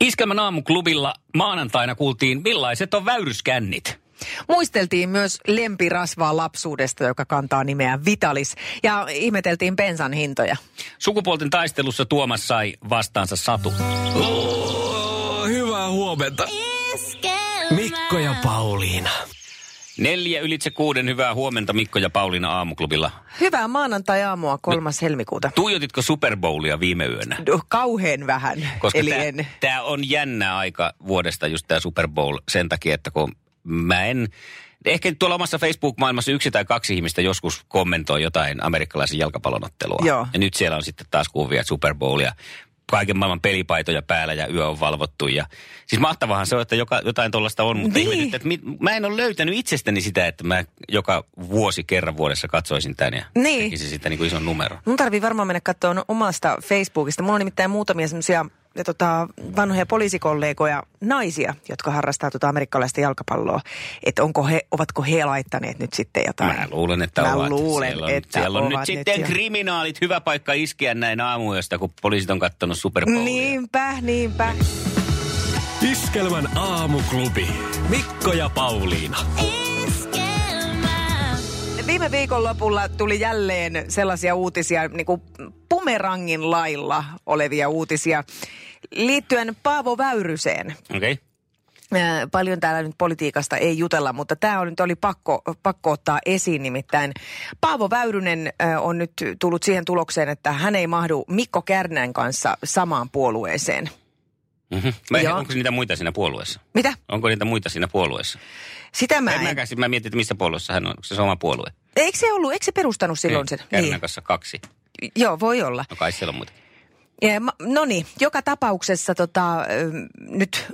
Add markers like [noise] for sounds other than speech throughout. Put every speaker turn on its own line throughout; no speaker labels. Iskelmän aamuklubilla maanantaina kuultiin, millaiset on väyryskännit.
Muisteltiin myös lempirasvaa lapsuudesta, joka kantaa nimeä Vitalis, ja ihmeteltiin bensan hintoja.
Sukupuolten taistelussa Tuomas sai vastaansa Satu.
Oh, Hyvää huomenta. Mikko ja Pauliina.
Neljä ylitse kuuden hyvää huomenta Mikko ja Pauliina aamuklubilla.
Hyvää
No.
maanantai-aamua 3. helmikuuta.
Tuijotitko Super Bowlia viime yönä?
Duh, kauheen vähän,
Koska
eli
tää,
en.
tää on jännä aika vuodesta just tämä Super Bowl sen takia, että kun mä en... Ehkä tuolla omassa Facebook-maailmassa yksi tai kaksi ihmistä joskus kommentoi jotain amerikkalaisen jalkapallonottelua.
Joo.
Ja nyt siellä on sitten taas kuvia Super Bowlia. Kaiken maailman pelipaitoja päällä ja yö on valvottu. Ja... Siis mahtavahan se on, että joka, jotain tuollaista on, mutta
Niin.
ihmetyttää, että mit, mä en ole löytänyt itsestäni sitä, että mä joka vuosi kerran vuodessa katsoisin tämän ja
Niin.
tekisin sitä niin kuin ison numeron.
Mun tarvii varmaan mennä katsomaan omasta Facebookista. Mulla on nimittäin muutamia semmoisia tota, vanhoja poliisikollegoja, naisia, jotka harrastaa tota amerikkalaista jalkapalloa. Että onko he, ovatko he laittaneet nyt sitten jotain?
Mä luulen, että
Mä
ovat.
luulen,
siellä on,
että
siellä on
ovat
nyt sitten
jo.
kriminaalit. Hyvä paikka iskeä näin aamuyöstä, kun poliisit on kattonut Super Bowlia.
Niinpä, niinpä.
Iskelmän aamuklubi. Mikko ja Pauliina.
Viime viikonlopulla tuli jälleen sellaisia uutisia, niin kuin pumerangin lailla olevia uutisia, liittyen Paavo Väyryseen.
Okei. Okay.
Ää, paljon täällä nyt politiikasta ei jutella, mutta tämä nyt oli pakko, pakko ottaa esiin nimittäin. Paavo Väyrynen ää, on nyt tullut siihen tulokseen, että hän ei mahdu Mikko Kärnän kanssa samaan puolueeseen.
Mm-hmm.
Joo.
Onko niitä muita siinä puolueessa?
Mitä?
Onko niitä muita siinä puolueessa?
Sitä mä
en
en.
mäkään, siis mä mietin, että missä puolueessa hän on. Onko se se oma puolue?
Eikö se ollut, eikö se perustanut silloin sen? Niin.
Kärnän kanssa kaksi.
Joo, voi olla.
No kai siellä on muitakin.
Ja ma- No niin, joka tapauksessa tota, äm, nyt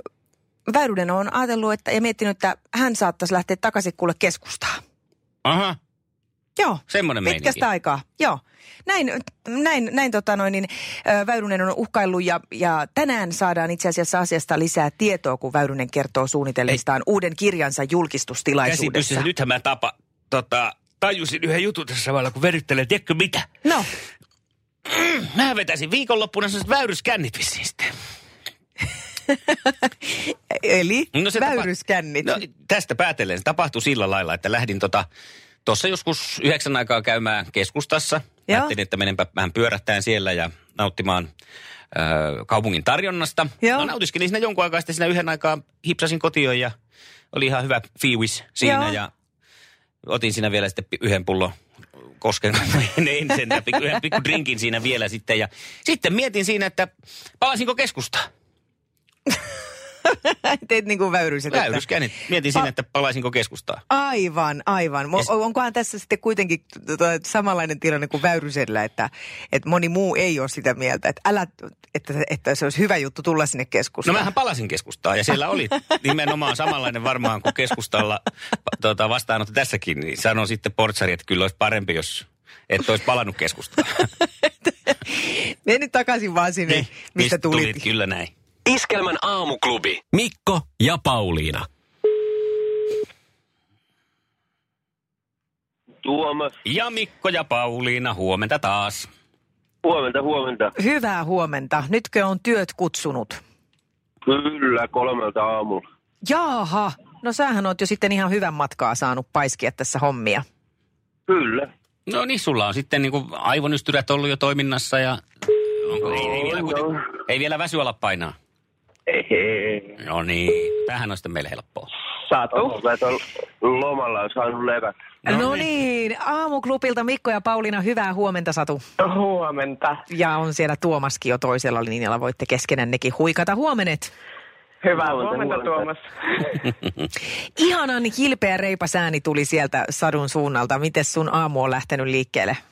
Väyrynen on ajatellut että, ja miettinyt, että hän saattaisi lähteä takaisin kuule keskustaan.
Aha,
Joo.
semmoinen
Pitkästä
meininki.
aikaa, joo. Näin, näin, näin tota noin, niin, ö, Väyrynen on uhkaillut ja, ja tänään saadaan itse asiassa asiasta lisää tietoa, kun Väyrynen kertoo suunnitelmistaan uuden kirjansa julkistustilaisuudessa.
Käsitys, nythän mä tapa, tota, tajusin yhden jutun tässä samalla, kun verittelen, tiedätkö mitä?
No,
Mä vetäisin viikonloppuna sellaiset väyryskännit vissiin sitten.
eli no
se
väyryskännit.
Tapa- no, tästä päätellen se tapahtui sillä lailla, että lähdin tota, tuossa joskus yhdeksän aikaa käymään keskustassa.
Joo.
Ajattelin, että menenpä vähän pyörähtään siellä ja nauttimaan ö, kaupungin tarjonnasta.
Joo.
No, nautiskelin siinä jonkun aikaa, sitten siinä yhden aikaa hipsasin kotiin ja oli ihan hyvä fiilis siinä
Joo.
ja otin siinä vielä sitten pi- yhden pullon kosken en sen pikku, yhden pikku drinkin siinä vielä sitten. Ja sitten mietin siinä, että palasinko keskustaan.
Teet niin kuin väyryset. että-
Väyryskännit. Mietin siinä, että palaisinko keskustaan.
Aivan, aivan. Mo- Onkohan tässä sitten kuitenkin tota, samanlainen tilanne kuin Väyrysellä, että, että moni muu ei ole sitä mieltä, että, älä, että, että se olisi hyvä juttu tulla sinne
No
keskustaan.
mähän palasin keskustaan ja siellä oli nimenomaan samanlainen varmaan kuin keskustalla tuota, vastaanotto tässäkin. Niin sanon sitten portsari, että kyllä olisi parempi, jos et olisi palannut
[laughs]
keskustaan.
Mene nyt takaisin vaan sinne,
Niin,
mistä, mistä tulit.
tulit? Kyllä näin.
Iskelmän aamuklubi. Mikko ja Pauliina.
Tuomas,
Ja Mikko ja Pauliina, huomenta taas.
huomenta, huomenta.
Hyvää huomenta. Nytkö on työt kutsunut?
Kyllä, kolmelta aamulla.
Jaaha, no sähän oot jo sitten ihan hyvän matkaa saanut paiskia tässä hommia.
Kyllä.
No niin, sulla on sitten niin kuin aivonystyrät ollut jo toiminnassa ja... Onko, ei, ei, vielä,
On,
kuiten,
on.
ei vielä väsy ala painaa.
Ehe.
No niin, tämähän on sitten meille helppoa.
Saatat mä tuon lomalla on saanut levät.
No, no niin, aamuklubilta Mikko ja Pauliina, hyvää huomenta Satu.
Huomenta.
Ja on siellä Tuomaskin jo toisella linjalla, voitte keskenännekin huikata huomenet.
Hyvää
Huomenta,
huomenta,
huomenta.
Tuomas.
Ihanan kilpeä reipas ääni tuli sieltä sadun suunnalta. Miten sun aamu on lähtenyt liikkeelle?
[laughs]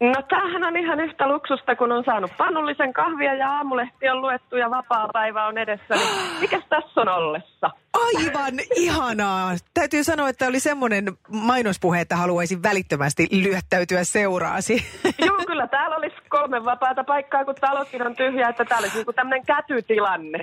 No tämähän on ihan yhtä luksusta, kun on saanut pannullisen kahvia ja aamulehti on luettu ja vapaa-päivä on edessä. Niin mikäs tässä on ollessa?
Aivan ihanaa. Täytyy sanoa, että oli semmoinen mainospuhe, että haluaisin välittömästi lyöttäytyä seuraasi. [laughs]
Joo, kyllä täällä olisi kolme vapaata paikkaa, kun talokin on tyhjä, että täällä olisi joku tämmöinen kätytilanne.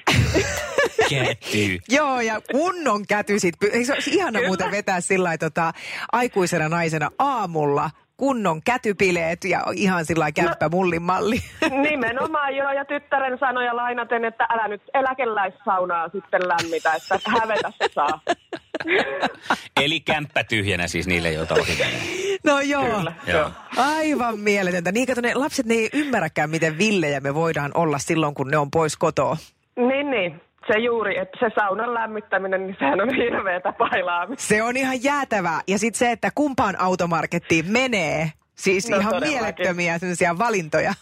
Ketty.
Joo, ja kunnon käty sit. py- Eikö se olisi ihana
Kyllä.
muuten vetää sillä lailla, tota, aikuisena naisena aamulla kunnon kätypileet ja ihan sillä
No.
lailla kämppä mullin malli. [laughs]
Nimenomaan joo, ja tyttären sanoja lainaten, että älä nyt eläkeläissaunaa sitten lämmitä, että hävetä se saa.
Eli kämppä tyhjänä siis niille, joita ohi menee.
No joo.
Kyllä,
Joo.
joo.
Aivan mieletöntä. Niin kato, ne lapset ne ei ymmärräkään, miten villejä me voidaan olla silloin, kun ne on pois kotoa.
Niin, niin. Se juuri, että se saunan lämmittäminen, niin sehän on hirveetä pailaamista.
Se on ihan jäätävää. Ja sitten se, että kumpaan automarkettiin menee. Siis
No
no, ihan
todellakin.
mielettömiä sellaisia
[laughs]
valintoja.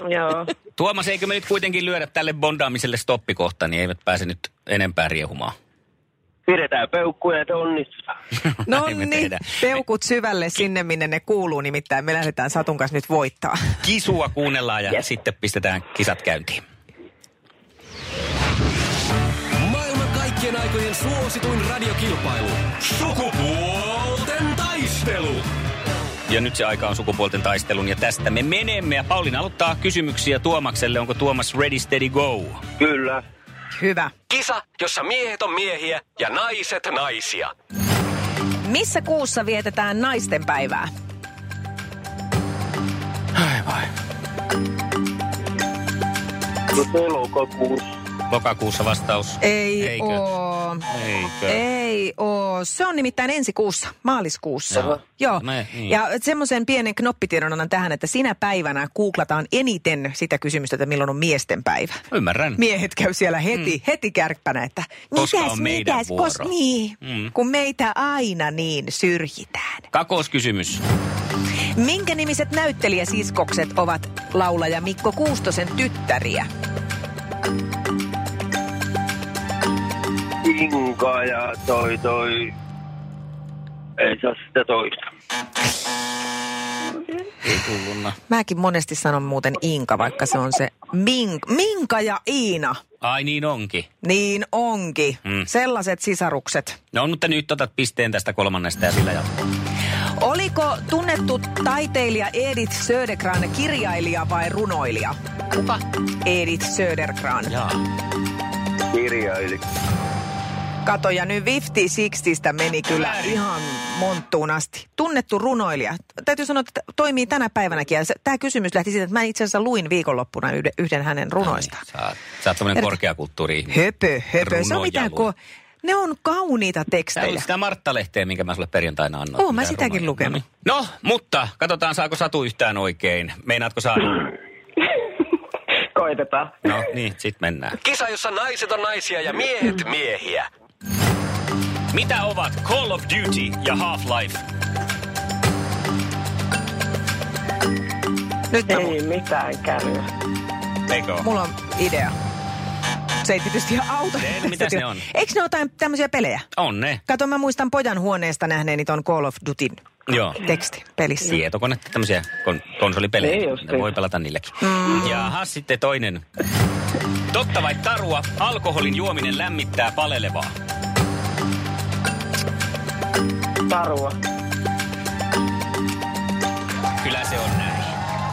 Joo.
Tuomas, eikö me nyt kuitenkin lyödä tälle bondaamiselle stoppikohta, niin eivät pääse nyt enempää riehumaan.
Pidetään peukkuja, että onnistutaan.
No
[laughs] Näin me
niin,
tehdään.
peukut syvälle sinne, minne ne kuuluu. Nimittäin me lähdetään Satun kanssa nyt voittaa.
Kisua kuunnellaan ja sitten pistetään kisat käyntiin.
Maailman kaikkien aikojen suosituin radiokilpailu. Sukupuolten taistelu.
Ja nyt se aika on sukupuolten taistelun ja tästä me menemme. Ja Pauliina aloittaa kysymyksiä Tuomakselle. Onko Tuomas ready, steady, go?
Kyllä.
Hyvä.
Kisa, jossa miehet on miehiä ja naiset naisia.
Missä kuussa vietetään naisten päivää?
Ai vai.
No elokokuus.
Lokakuussa vastaus.
Ei
Eikö?
oo.
Eikö?
Ei oo. Se on nimittäin ensi kuussa, maaliskuussa.
Joo.
Joo.
Me- niin.
Ja semmoisen pienen knoppitiedon annan tähän, että sinä päivänä googlataan eniten sitä kysymystä, että milloin on miesten päivä.
Ymmärrän.
Miehet käy siellä heti, mm. heti kärppänä, että
Koska
mitäs,
on meidän
mitäs,
vuoro.
kos, niin,
Mm.
mm. kun meitä aina niin syrjitään.
Kakoskysymys.
Minkä nimiset näyttelijäsiskokset ovat laulaja Mikko Kuustosen tyttäriä?
Inka ja toi toi... Ei saa sitä toista.
Ei tulluna.
Mäkin monesti sanon muuten Inka, vaikka se on se Mink, Minka ja Iina.
Ai niin onkin.
Niin onkin.
Mm.
Mm. Sellaiset sisarukset.
No mutta nyt otat pisteen tästä kolmannesta ja sillä jatkaa.
Oliko tunnettu taiteilija Edith Södergran kirjailija vai runoilija? Kuka? Edith Södergran.
Jaa.
Kirjaili.
Kato, ja nyt 50-60stä meni kyllä
Väärin.
ihan monttuun asti. Tunnettu runoilija. Täytyy sanoa, että toimii tänä päivänäkin. Ja tämä kysymys lähti siitä, että mä itse asiassa luin viikonloppuna yhden, yhden hänen runoistaan.
Sä, oot- sä oot tämmönen
Herra.
korkeakulttuuri
Höpö, höpö. Se on mitään
Runoja
kuin... Ne on kauniita
Sä oot
tekstejä.
sitä Martta-lehteä, minkä mä sulle perjantaina annoin.
Oon mä
Mitä
sitäkin
runoja.
lukenut.
No, niin. no, mutta katsotaan saako Satu yhtään oikein. Meinaatko saada?
Koitetaan.
No niin, sit mennään.
Kisa, jossa naiset on naisia ja miehet miehiä.
Mitä ovat Call of Duty ja Half-Life?
Nyt mä-
Ei mitään käy.
Eikö oo?
mulla on idea. Se ei tietysti ihan auto.
Ei, mitäs ne on?
Eikö ne ole jotain tämmöisiä pelejä?
On ne.
Kato, mä muistan pojan huoneesta nähneeni ton Call of Dutyn
Joo.
teksti pelissä.
Tietokone, tämmöisiä kon- konsolipelejä.
Niin justiin.
Ne voi pelata niilläkin. Mm. Jaha, sitten toinen. Totta vai tarua, alkoholin juominen lämmittää palelevaa.
Tarua.
Kyllä se on näin.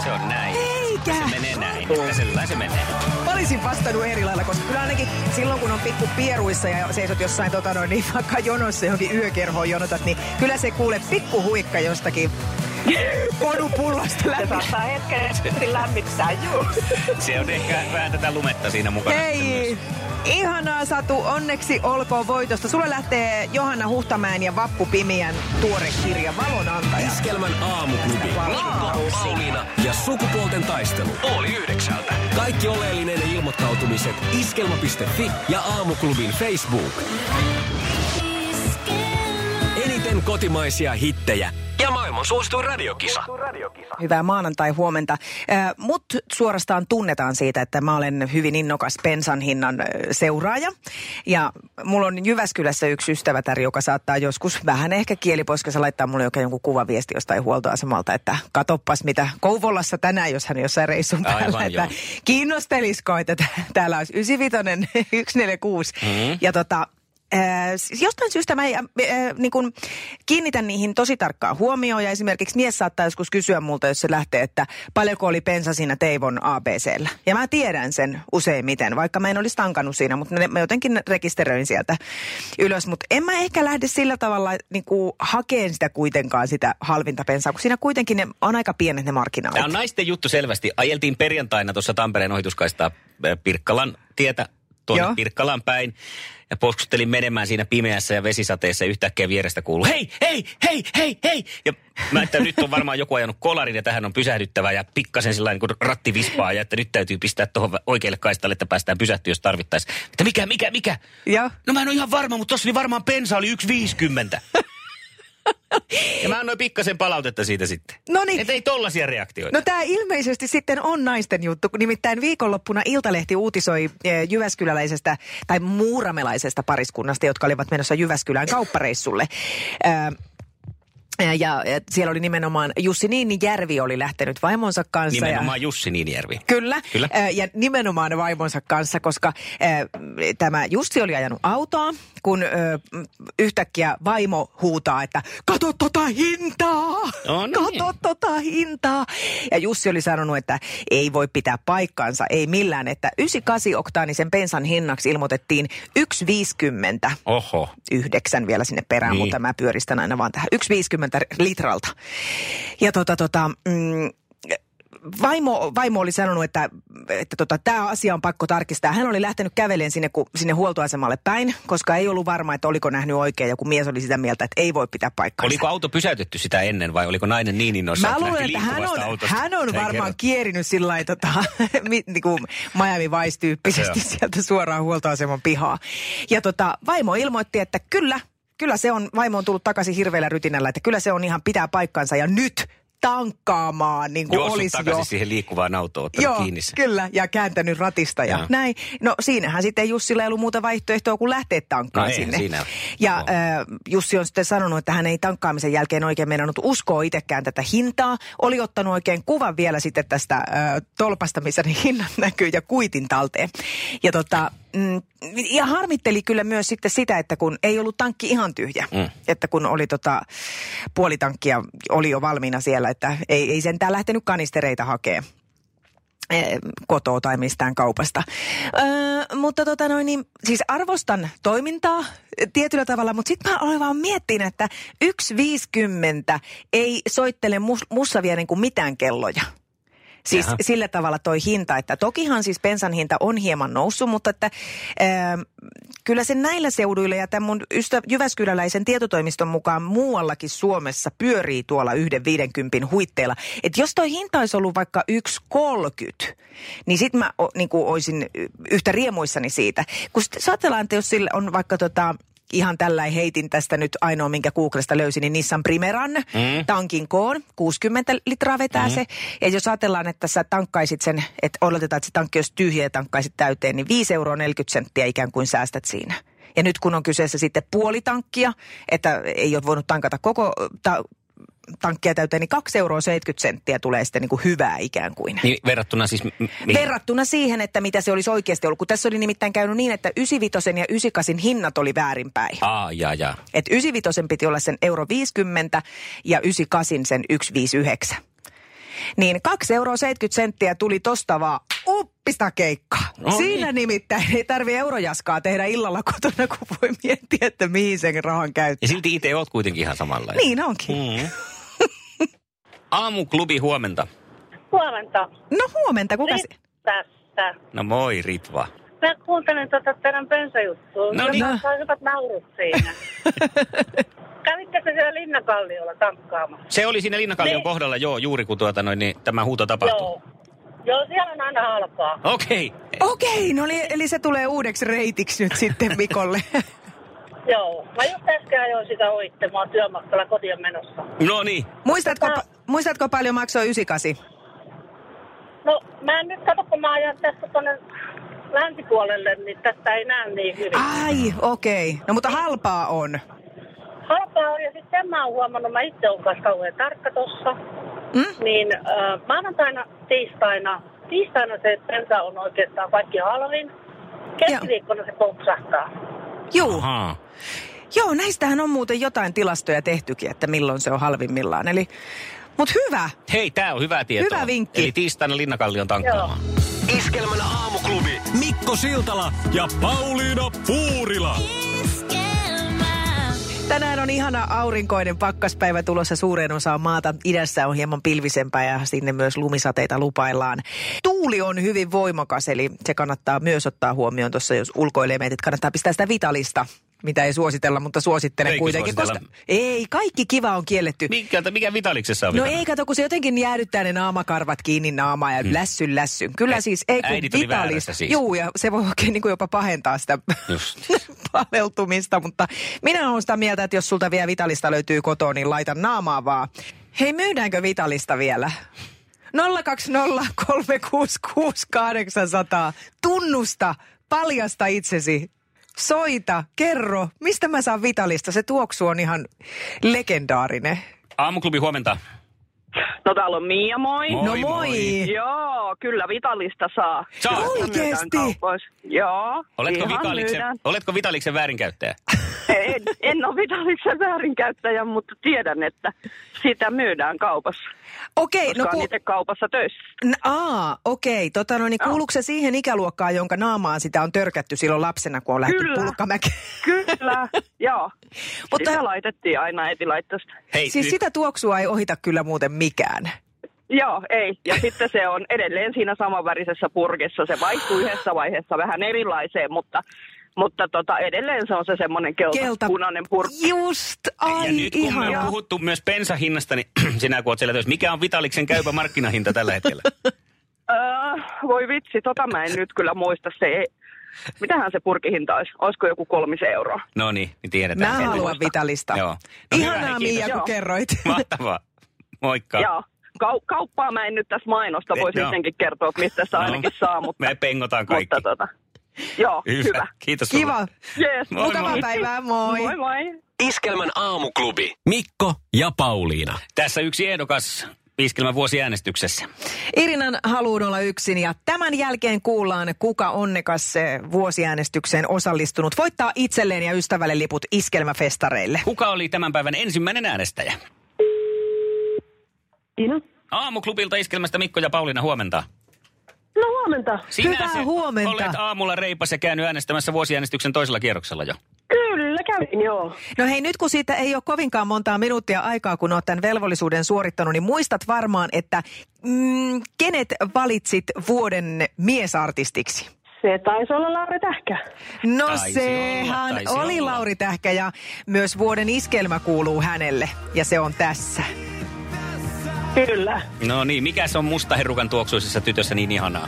Se on näin.
Eikä.
Se menee näin. Sellainen se menee.
Mä olisin vastannut eri lailla, koska kyllä ainakin silloin, kun on pikku pieruissa ja seisot jossain tota noin, niin vaikka jonossa johonkin yökerhoon jonotat, niin kyllä se kuule pikku huikka jostakin kodupullosta
Se
läpi.
saattaa hetkellisesti lämmittää, juu.
Se on ehkä vähän tätä lumetta siinä mukana.
Hei! Ihanaa Satu, onneksi olkoon voitosta. Sulle lähtee Johanna Huhtamäen ja Vappu Pimiän tuore kirja Valonantaja.
Iskelmän aamuklubi.
Wow.
Pauliina ja sukupuolten taistelu. Oli yhdeksältä. Kaikki oleellinen ilmoittautumiset iskelma.fi ja aamuklubin Facebook.
Esquema,
Eniten Ylen kotimaisia hittejä ja maailman suosituin radiokisa.
Hyvää maanantai-huomenta. Äh, Mut suorastaan tunnetaan siitä, että mä olen hyvin innokas pensan hinnan äh, seuraaja. Ja mulla on Jyväskylässä yksi ystävätär, joka saattaa joskus vähän ehkä kieliposkessa laittaa mulle jokin jonkun kuvaviesti jostain huoltoasemalta, että katoppas mitä Kouvolassa tänään, jos hän jossain reissun päällä,
Aivan,
että
joo.
kiinnostelisiko, että t- täällä olisi 95, 146. Mm-hmm. Ja tota, Äh, jostain syystä mä ei, äh, äh, niin kun kiinnitän niihin tosi tarkkaan huomioon ja esimerkiksi mies saattaa joskus kysyä multa, jos se lähtee, että paljonko oli pensa siinä Teivon ABCllä. Ja mä tiedän sen useimmiten, vaikka mä en olisi tankannut siinä, mutta ne- mä jotenkin rekisteröin sieltä ylös. Mutta en mä ehkä lähde sillä tavalla niin hakeen sitä kuitenkaan sitä halvinta pensaa, kun siinä kuitenkin ne on aika pienet ne markkinaalit.
Tämä on naisten juttu selvästi. Ajeltiin perjantaina tuossa Tampereen ohituskaistaa äh, Pirkkalan tietä tuonne
Joo.
Pirkkalan päin. Ja poskustelin menemään siinä pimeässä ja vesisateessa ja yhtäkkiä vierestä kuuluu, hei, hei, hei, hei, hei. Ja mä, että nyt on varmaan joku ajanut kolarin ja tähän on pysähdyttävä ja pikkasen sillä kun ratti vispaa ja että nyt täytyy pistää tuohon oikealle kaistalle, että päästään pysähtyä, jos tarvittaisiin. Että mikä, mikä, mikä?
Joo.
No mä en ole ihan varma, mutta tossa oli varmaan pensa oli
[laughs]
1,50. ja mä annoin pikkasen palautetta siitä sitten.
Noniin.
Että ei tollasia reaktioita.
niin. No tämä ilmeisesti sitten on naisten juttu, kun nimittäin viikonloppuna Iltalehti uutisoi eh, jyväskyläläisestä tai muuramelaisesta pariskunnasta, jotka olivat menossa Jyväskylään kauppareissulle. Ö, ja eh, siellä oli nimenomaan Jussi Niinijärvi oli lähtenyt vaimonsa kanssa. ja-
Nimenomaan Jussi Niinijärvi.
Kyllä.
Kyllä.
Ö, Ja nimenomaan vaimonsa kanssa, koska ö, tämä Jussi oli ajanut autoa, kun ö, m- yhtäkkiä vaimo huutaa, että kato tota hintaa!
No niin.
Kato tota hintaa! Ja Jussi oli sanonut, että ei voi pitää paikkaansa, ei millään, että 98-oktaanisen pensan hinnaksi ilmoitettiin 1,50
Oho.
yhdeksän vielä sinne perään,
Niin.
niin. mutta mä pyöristän aina vaan tähän 1,50 litralta. Ja tota, tota, mm, vaimo, vaimo oli sanonut, että, että tota, tämä asia on pakko tarkistaa. Hän oli lähtenyt käveleen sinne, ku, sinne huoltoasemalle päin, koska ei ollut varma, että oliko nähnyt oikein. Joku mies oli sitä mieltä, että ei voi pitää paikkaansa.
Oliko auto pysäytetty sitä ennen vai oliko nainen niin innoissaan,
Mä luulen,
lähti
että hän on,
liikkuvasta autosta?
hän on
Ei
varmaan
kerro.
kierinyt sillä lailla tota, [laughs] mi- niinku Miami Vice-tyyppisesti
Joo.
sieltä suoraan huoltoaseman pihaa. Ja tota, vaimo ilmoitti, että kyllä, kyllä se on, vaimo on tullut takaisin hirveällä rytinällä, että kyllä se on ihan pitää paikkansa ja nyt tankkaamaan, niin kuin
Juossut
olisi
takaisin
jo.
siihen liikkuvaan autoon, ottanut
Joo,
kiinni sen.
kyllä, ja kääntänyt ratista ja
Joo.
näin. No siinähän sitten Jussilla ei ollut muuta vaihtoehtoa kuin lähteä tankkaan
No eihän
sinne.
siinä ole.
Ja
Joo.
ö, Jussi on sitten sanonut, että hän ei tankkaamisen jälkeen oikein meinannut uskoa itsekään tätä hintaa. Oli ottanut oikein kuvan vielä sitten tästä ö, tolpasta, missä ne hinnat näkyy ja kuitin talteen. Ja tota, mm, ja harmitteli kyllä myös sitten sitä, että kun ei ollut tankki ihan tyhjä, mm. että kun oli tota, puolitankkia oli jo valmiina siellä, että ei, ei sentään lähtenyt kanistereita hakemaan eh, kotoa tai mistään kaupasta. Öö, mutta tota noin, niin, siis arvostan toimintaa eh, tietyllä tavalla, mutta sitten mä aloin vaan miettiin, että 1.50 ei soittele mus, mussa vielä niin kuin mitään kelloja. Siis
Jaha.
Jaha. sillä tavalla toi hinta, että tokihan siis bensan hinta on hieman noussut, mutta että öö, kyllä se näillä seuduilla ja tämän mun ystä, Jyväskyläläisen tietotoimiston mukaan muuallakin Suomessa pyörii tuolla yhden 50 huitteilla. Et jos toi hinta olisi ollut vaikka 1,30, niin sit mä o, niin olisin yhtä riemuissani siitä. Kun sit jos ajatellaan, että jos sillä on vaikka tota, ihan tällä heitin tästä nyt ainoa, minkä Googlesta löysin, niin Nissan Primeran mm. tankin koon. 60 litraa vetää mm. se. Ja jos ajatellaan, että sä tankkaisit sen, että odotetaan, että se tankki olisi tyhjä ja tankkaisit täyteen, niin 5 euroa 40 senttiä ikään kuin säästät siinä. Ja nyt kun on kyseessä sitten puoli tankkia, että ei ole voinut tankata koko ta- tankkia täyteen, niin 2 euroa 70 senttiä tulee sitten niin kuin hyvää ikään kuin.
Niin verrattuna siis... m- m-
Niin.
mihin?
Verrattuna siihen, että mitä se olisi oikeasti ollut. Kun tässä oli nimittäin käynyt niin, että 95 ja 98 hinnat oli väärinpäin.
Aa, jaa, jaa.
Et 95 piti olla sen euro 50 ja 98 sen 159. Niin 2,70 euroa senttiä tuli tosta vaan uppista keikkaa.
No niin.
Siinä nimittäin ei tarvi eurojaskaa tehdä illalla kotona, kun voi miettiä, että mihin sen rahan
Ja
käyttää.
silti itse oot kuitenkin ihan samanlainen.
Niin onkin.
Mm. Aamuklubi huomenta.
Huomenta.
No huomenta, kuka...
Niin.
se-
Tässä.
No moi Ritva.
Mä kuuntelin
tota
tuota teidän pensajuttua.
No niin.
Mä sain hyvät naurut siinä.
[laughs]
Kävitte se siellä Linnakalliolla tankkaamassa?
Se oli siinä Linnakallion
Niin.
kohdalla, joo, juuri kun tuota noin, niin tämä huuto tapahtui.
Joo. Joo, siellä on aina halpaa.
Okei. Okay.
[laughs]
Okei, no eli, eli se tulee uudeksi reitiksi nyt sitten Mikolle.
Joo, mä just äsken ajoin sitä ohitte, mä oon työmatkalla kotiin menossa.
No niin,
Muistatko,
Tota-
muistatko paljon maksoi 98?
No mä en nyt kato, kun mä ajan tästä tonne länsipuolelle, niin tästä ei näe niin hyvin. Ah.
Ai, okei. Okay. No mutta halpaa on.
Halpaa on, ja sitten mä oon huomannut, mä itse oon kanssa kauhean tarkka tossa,
Mm?
niin äh, maanantaina, tiistaina, tiistaina se bensa on oikeastaan kaikki halvin. Keskiviikkona se pompsahtaa.
Juu.
ahaa.
Joo, näistähän on muuten jotain tilastoja tehtykin, että milloin se on halvimmillaan. Eli, mut hyvä.
Hei, tää on hyvä tieto.
Hyvä vinkki.
Eli tiistaina Linnakallion tankkaamaan.
Iskelmän aamuklubi. Mikko Siltala ja Pauliina Puurila.
Tänään on ihana aurinkoinen pakkaspäivä tulossa suureen osaan maata. Idässä on hieman pilvisempää ja sinne myös lumisateita lupaillaan. Tuuli on hyvin voimakas, eli se kannattaa myös ottaa huomioon tuossa, jos ulkoilee meitä. että Kannattaa pistää sitä vitalista, mitä ei suositella, mutta suosittelen
Eikö
kuitenkin.
suositella?
ei, kaikki kiva on kielletty.
Mikä, mikä Vitaliksessa on
No
vikana?
ei, kato, kun se jotenkin jäädyttää ne naamakarvat kiinni naamaa ja hmm. lässyn lässyn. Kyllä siis, ei kun
Mm. äidit oli väärässä siis.
Juu, ja se voi oikein niin kuin jopa pahentaa sitä [laughs] paleltumista, mutta minä olen sitä mieltä, että jos sulta vielä Vitalista löytyy kotoa, niin laita naamaa vaan. Hei, myydäänkö Vitalista vielä? 020366800. Tunnusta, paljasta itsesi. Soita, kerro, mistä mä saan Vitalista? Se tuoksu on ihan legendaarinen.
Aamuklubi huomenta.
No täällä on Miia, moi.
Moi.
no moi!
Joo, kyllä Vitalista saa.
Saa.
Oikeesti?
Myydään kaupoissa. Joo,
Oletko,
ihan
Vitaliksen,
myydään.
oletko Vitaliksen väärinkäyttäjä?
En, en ole Vitaliksen väärinkäyttäjä, mutta tiedän, että sitä myydään kaupassa.
Okei,
Koska
no
no,
ku...
on itse kaupassa töissä.
N- Aa, okei. Tota, no, niin kuuluuko se siihen ikäluokkaan, jonka naamaan sitä on törkätty silloin lapsena, kun on lähdetty
Kyllä.
pulkkamäkeen?
Kyllä, joo.
[laughs] Mutta-
Mutta... Sitä laitettiin aina äiti laittoi sitä.
Hei,
siis
nyt-
sitä tuoksua ei ohita kyllä muuten mikään.
Joo, ei. Ja sitten se on edelleen siinä samanvärisessä purkissa. Se vaihtuu yhdessä vaiheessa vähän erilaiseen, mutta, mutta tota, edelleen se on se semmoinen kelta,
Kelta.
kelta. punainen purkki.
Just, ai
ja nyt kun me on
ihana.
puhuttu myös bensahinnasta, niin [clears throat] sinä kun oot siellä töissä, mikä on Vitaliksen käypä markkinahinta tällä hetkellä?
Öö, voi vitsi, tota mä en nyt kyllä muista. Se ei... Mitähän se purkihinta olisi? Olisiko joku kolmisen euroa?
No niin, niin
Mä
tiedetään.
haluan Vitalista.
Joo. No
No,
hyvä,
Ihanaa,
hei,
Miia,
kiitos.
kun
Joo.
kerroit.
[laughs] Mahtavaa. Moikka.
Joo. Kau- kauppaa mä en nyt tässä mainosta. Voisi
Eh, Joo.
itsekin kertoa, että mistä sitä ainakin saa, mutta...
Me pengotaan [laughs] kaikki.
Mutta tota... Joo, hyvä. hyvä.
Kiitos sulle.
Kiva.
Jees.
Moi, Mukavaa moi.
päivää, moi.
Moi moi.
Iskelmän aamuklubi. Mikko ja Pauliina.
Tässä yksi ehdokas Iskelmän vuosiäänestyksessä.
Irinan haluun olla yksin ja tämän jälkeen kuullaan, kuka onnekas eh, vuosiäänestykseen osallistunut voittaa itselleen ja ystävälle liput iskelmäfestareille.
Kuka oli tämän päivän ensimmäinen äänestäjä?
Tiina?
Aamuklubilta Iskelmästä Mikko ja Pauliina huomenta.
No huomenta.
Sinä
Hyvää
se-
huomenta.
Olet aamulla reipas ja käynyt äänestämässä vuosiäänestyksen toisella kierroksella jo.
Kyllä, kävin joo.
No hei, nyt kun siitä ei ole kovinkaan montaa minuuttia aikaa, kun olet tämän velvollisuuden suorittanut, niin muistat varmaan, että mm, kenet valitsit vuoden miesartistiksi?
Se taisi olla Lauri Tähkä.
No
Taisi
sehän
olla, taisi
oli
olla.
Lauri Tähkä ja myös vuoden iskelmä kuuluu hänelle ja se on tässä.
Kyllä.
No niin, mikä se on musta herukan tuoksuisessa tytössä niin ihanaa?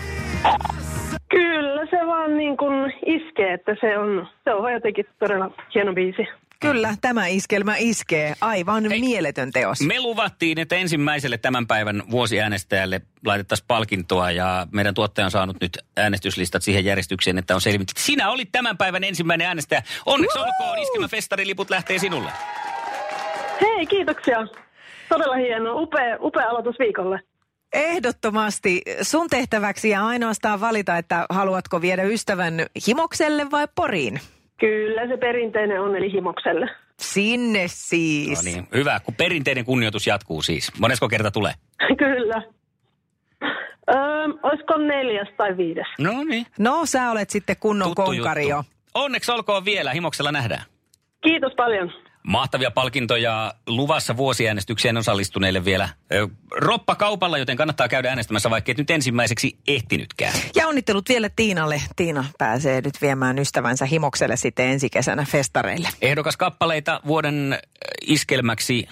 Kyllä se vaan niin kuin iskee, että se on, se on jotenkin todella hieno biisi.
Kyllä, tämä iskelmä iskee. Aivan
Hei.
mieletön teos.
Me luvattiin, että ensimmäiselle tämän päivän vuosiäänestäjälle laitettaisiin palkintoa ja meidän tuottaja on saanut nyt äänestyslistat siihen järjestykseen, että on selvitetty. Sinä olit tämän päivän ensimmäinen äänestäjä. Onneksi olkoon, iskelmäfestariliput lähtee sinulle.
Hei, kiitoksia. Todella hieno, upea, upea aloitus viikolle.
Ehdottomasti sun tehtäväksi ja ainoastaan valita, että haluatko viedä ystävän himokselle vai poriin.
Kyllä se perinteinen on, eli himokselle.
Sinne siis.
No niin, hyvä, kun perinteinen kunnioitus jatkuu siis. Monesko kerta tulee?
Kyllä. Öö, olisiko neljäs tai viides?
No niin.
No, sä olet sitten kunnon
Tuttu
konkari jo.
juttu. Onneksi olkoon vielä, himoksella nähdään.
Kiitos paljon.
Mahtavia palkintoja luvassa vuosiäänestykseen osallistuneille vielä. Ö, Roppa kaupalla, joten kannattaa käydä äänestämässä, vaikka et nyt ensimmäiseksi ehtinytkään.
Ja onnittelut vielä Tiinalle. Tiina pääsee nyt viemään ystävänsä himokselle sitten ensi kesänä festareille.
Ehdokas kappaleita vuoden ö, iskelmäksi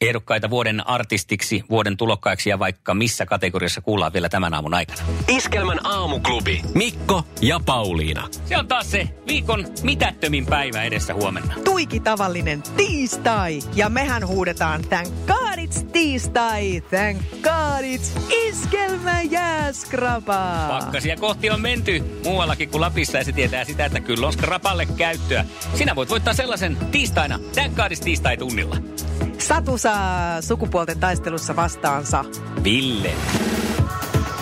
Ehdokkaita vuoden artistiksi, vuoden tulokkaiksi ja vaikka missä kategoriassa kuullaan vielä tämän aamun aikana.
Iskelmän aamuklubi. Mikko ja Pauliina.
Se on taas se viikon mitättömin päivä edessä huomenna.
Tuiki tavallinen tiistai. Ja mehän huudetaan thank god it's tiistai, thank god it's iskelmä jääskrapaa.
Pakkasia kohti on menty muuallakin kuin Lapissa ja se tietää sitä, että kyllä on skrapalle käyttöä. Sinä voit voittaa sellaisen tiistaina, thank god it's tiistai tunnilla.
Satu saa sukupuolten taistelussa vastaansa.
Ville.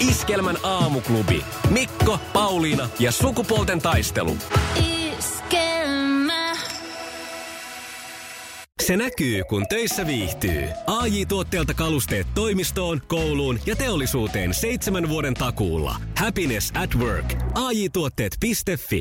Iskelmän aamuklubi. Mikko, Pauliina ja sukupuolten taistelu.
Iskelmä.
Se näkyy, kun töissä viihtyy. ai tuotteelta kalusteet toimistoon, kouluun ja teollisuuteen seitsemän vuoden takuulla. Happiness at work. AJ-tuotteet.fi.